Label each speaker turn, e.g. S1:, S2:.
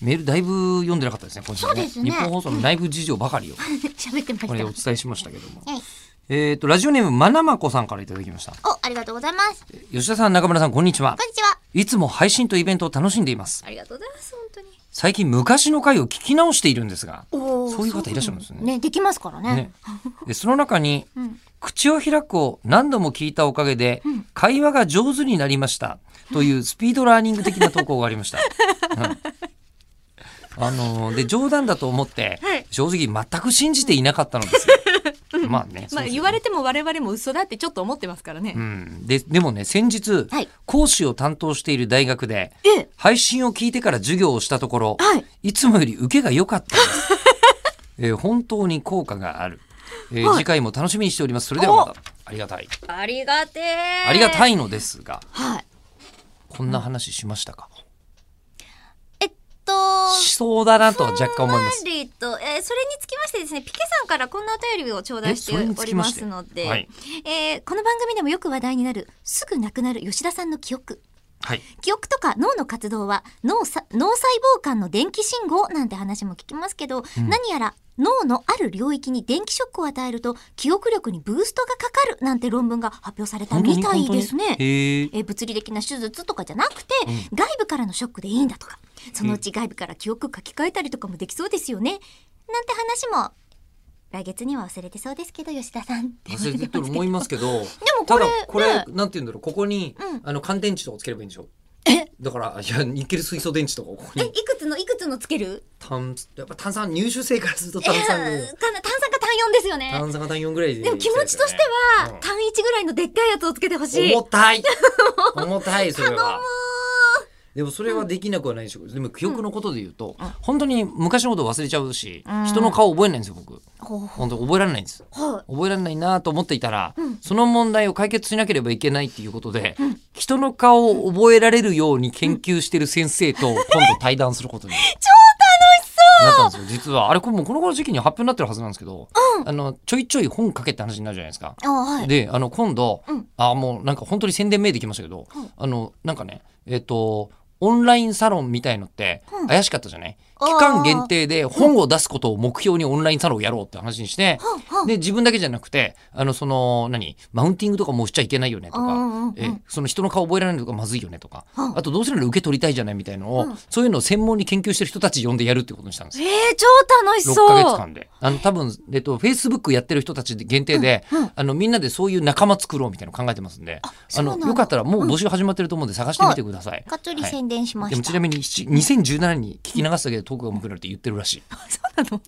S1: メールだいぶ読んでなかったですね今週ね
S2: そうです
S1: 日
S2: ね
S1: 本放送の内部事情ばかりを
S2: 喋ってま
S1: これ
S2: した。
S1: でお
S2: はい
S1: 伝えしましたけどもえっ、とラジオネームまなまこさんからいただきました
S2: お、ありがとうございます。こん
S1: 吉田さん中村さんこんにちは
S2: にちは。
S1: いつも配信とイベントを楽しんでいます
S2: ありがとうございます。本当に。
S1: 最近昔の回を聞き直しているんですが
S2: おー
S1: そういう方いらっしゃるんですね
S2: そうね、できますからね。
S1: ね、でその中に
S2: うん
S1: 「口を開く」を何度も聞いたおかげで会話が上手になりましたというスピードラーニング的な投稿がありました。うんあのーで冗談だと思って
S2: はい
S1: 正直全く信じていなかったのですよ。まあね、
S3: まあ、
S1: そう
S3: 言われても我々も嘘だってちょっと思ってますからね。
S1: うん、ででもね先日、
S2: はい
S1: 講師を担当している大学で
S2: ええ
S1: 配信を聞いてから授業をしたところ、
S2: はい
S1: い、つもより受けが良かったです、 えー本当に効果がある、えー
S2: はい
S1: 次回も楽しみにしておりますそれではまたありがたい
S2: ありがてえ。
S1: ありがた
S2: い。
S1: いのですが
S2: はい。
S1: こんな話しましたか、
S2: えっと。
S1: しそうだなとは若干思います
S2: ふんわりと、えーそれにつきましてですね、ピケさんからこんなお便りを頂戴して
S1: えそれに
S2: お
S1: つ
S2: り
S1: きま
S2: ま
S1: して
S2: すので、
S1: はい
S2: えーこの番組でもよく話題になる、すぐ亡くなる吉田さんの記憶。
S1: はい
S2: 記憶とか脳の活動は脳さ脳細胞間の電気信号なんて話も聞きますけど、
S1: ん
S2: 何やら脳のある領域に電気ショックを与えると記憶力にブーストがかかるなんて論文が発表された
S1: 本当
S2: み
S1: に
S2: たい
S1: 本当に
S2: ですね。
S1: へえ
S2: えー物理的な手術とかじゃなくて、
S1: うん
S2: 外部からのショックでいいんだとかそのうち外部から記憶書き換えたりとかもできそうですよね、なんて話も来月には忘れてそうですけど吉田さんって
S1: 忘れてると思いますけど
S2: もこ
S1: た
S2: れ
S1: だこれ、
S2: ね
S1: なんて言うんだろうここに、
S2: うん
S1: あの乾電池とかつければいいんでしょ
S2: え
S1: だからいやニッケル水素電池とかをここ
S2: え
S1: に
S2: いくつのいくつのつける
S1: 炭やっぱ炭酸入手性からすると
S2: えー
S1: 炭酸が
S2: かな炭酸か炭4ですよね
S1: 炭酸が単4ぐらいで
S2: でも気持ちとして
S1: う
S2: は
S1: ん
S2: 単一ぐらいのでっかいやつをつけてほしい。
S1: 重た い重たいそれはでもそれはできなくはないでしょうでも記憶のことで言うと、本当に昔のこと忘れちゃうし、
S2: うん
S1: 人の顔覚えないんですよ僕
S2: ほうほ
S1: 本当覚えられないんです
S2: うはい
S1: 覚えられないなと思っていたら、
S2: うん
S1: その問題を解決しなければいけないっていうことで、
S2: うん
S1: 人の顔を覚えられるように研究してる先生と今度対談する ことに超楽しそうなったんですよ実はあれこれもうこの頃時期に発表になってるはずなんですけど、あのちょいちょい本書けって話になるじゃないですか。
S2: あはい。
S1: であの今度、
S2: うん
S1: あもうなんか本当に宣伝名できましたけど、
S2: はい
S1: あのなんかねえっ、とオンラインサロンみたいのって
S2: うん
S1: 怪しかったじゃない、
S2: あー
S1: 期間限定で本を出すことを目標にオンラインサロンをやろうって話にして、
S2: はあはあ
S1: で自分だけじゃなくてあのその何マウンティングとかもうしちゃいけないよねと
S2: うんうんう
S1: か
S2: ん
S1: えその人の顔覚えられないとかまずいよねとか
S2: うん
S1: あとどうせなら受け取りたいじゃないみたいのを
S2: うん
S1: そういうのを専門に研究してる人たち呼んでやるってことにしたんですよ。
S2: えー、超楽し
S1: 6
S2: そう。
S1: ヶ月間であの多分、えっと、フェイスブックやってる人たちで限定で、
S2: うんうん
S1: あのみんなでそういう仲間作ろうみたいなの考えてますんであ
S2: そうなんだ
S1: のよかったらもう募集始まってると思うんで探してみてください。
S2: かっつり
S1: はい
S2: 宣伝しま
S1: で
S2: し
S1: も
S2: た。
S1: ちなみに7 2017年に聞き流すだけでトークが上手くなるって言ってるらしい。
S3: そうなの